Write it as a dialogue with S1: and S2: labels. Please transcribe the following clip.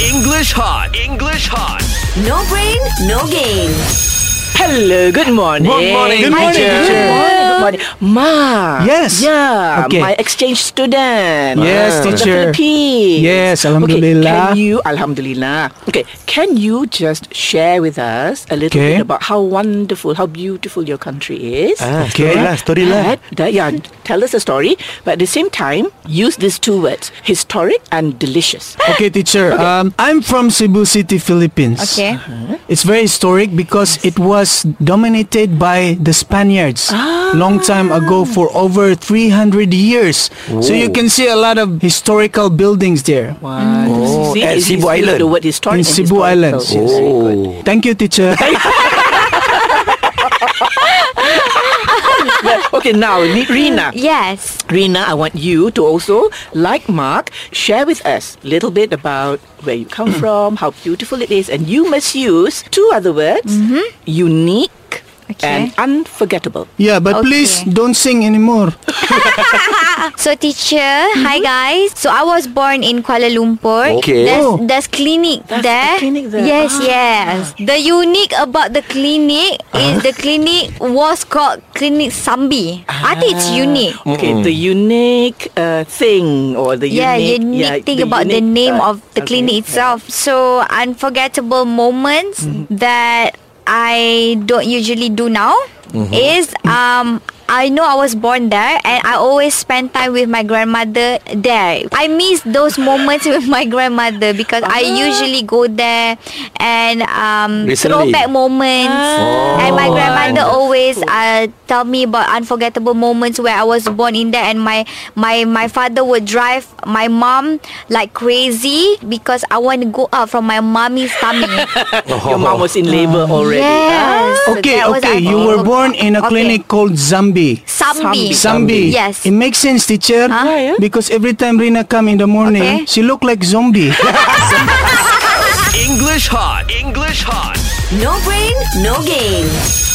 S1: English hot. English hot.
S2: No brain, no game.
S3: Hello, good morning.
S1: Good morning, Good morning, teacher. Ah.
S3: Good
S1: teacher.
S3: morning, good morning. Ma.
S4: Yes.
S3: Yeah.
S4: Okay.
S3: My exchange
S1: Ah.
S3: student.
S4: Yes,
S3: From
S4: teacher.
S3: The Philippines.
S4: Yes,
S3: Okay,
S4: alhamdulillah.
S3: can you, alhamdulillah. Okay, can you just share with us a little
S4: Okay.
S3: bit about how wonderful, how beautiful your country is?
S4: Ah, okay. Story lah, story lah.
S3: And that- yeah, tell us a story, but at the same time, use these two words, historic and delicious.
S4: Okay, teacher. Um, I'm from Cebu City, Philippines.
S2: Okay.
S4: It's very historic because it was dominated by the Spaniards
S2: Ah.
S4: long time ago for over 300 years. So you can see a lot of historical buildings there
S3: Oh,
S1: at Cebu Island.
S3: The word historic Oh,
S4: in
S3: and
S4: Cebu
S3: historical.
S4: Islands. Oh.
S3: Yes.
S4: Thank you, teacher.
S3: Okay, now, Ni- Rina.
S2: Yes.
S3: Rina, I want you to also, like Mark, share with us a little bit about where you come from, how beautiful it is, and you must use two other words unique
S2: Mm-hmm. Okay.
S3: and unforgettable.
S4: yeah, but please
S2: Okay.
S4: don't sing anymore.
S3: Ah.
S2: So teacher,
S3: Mm-hmm.
S2: hi guys. So I was born in Kuala Lumpur.
S1: Okay.
S2: There's,
S4: Oh.
S2: there's clinic
S3: That's the
S2: there.
S3: clinic there.
S2: Yes,
S3: Ah.
S2: yes. The unique about the clinic is the clinic was called Clinic Sambi. I think it's
S3: Ah.
S2: unique.
S3: Okay, the unique uh, thing or the
S2: yeah,
S3: unique,
S2: unique thing
S3: the
S2: about the
S3: unique,
S2: name
S3: uh,
S2: of the
S3: okay,
S2: clinic
S3: yeah.
S2: itself. So unforgettable moments
S3: Mm-hmm.
S2: that I don't usually do now
S3: Mm-hmm.
S2: is um I know I was born there and I always spend time with my grandmother there. I miss those moments with my grandmother because I
S3: Ah.
S2: usually go there and um
S1: Recently.
S2: throwback moments.
S3: Oh.
S2: and my grandmother always uh, tell me about unforgettable moments where I was born in there and my my my father would drive my mom like crazy because I want to go out from my mommy's tummy.
S3: Your mom was in labor
S2: Mm-hmm.
S3: already.
S2: yes. So
S4: Okay,
S2: that was
S4: okay. You were
S2: unforgettable.
S4: born in a
S2: Okay.
S4: clinic called Zambi.
S2: Sambi.
S4: Zambi.
S2: Yes.
S4: It makes sense, teacher.
S3: Huh?
S4: Because every time Rina come in the morning,
S2: Okay.
S4: she look like zombie.
S1: English hot. English hot.
S2: No brain, no game.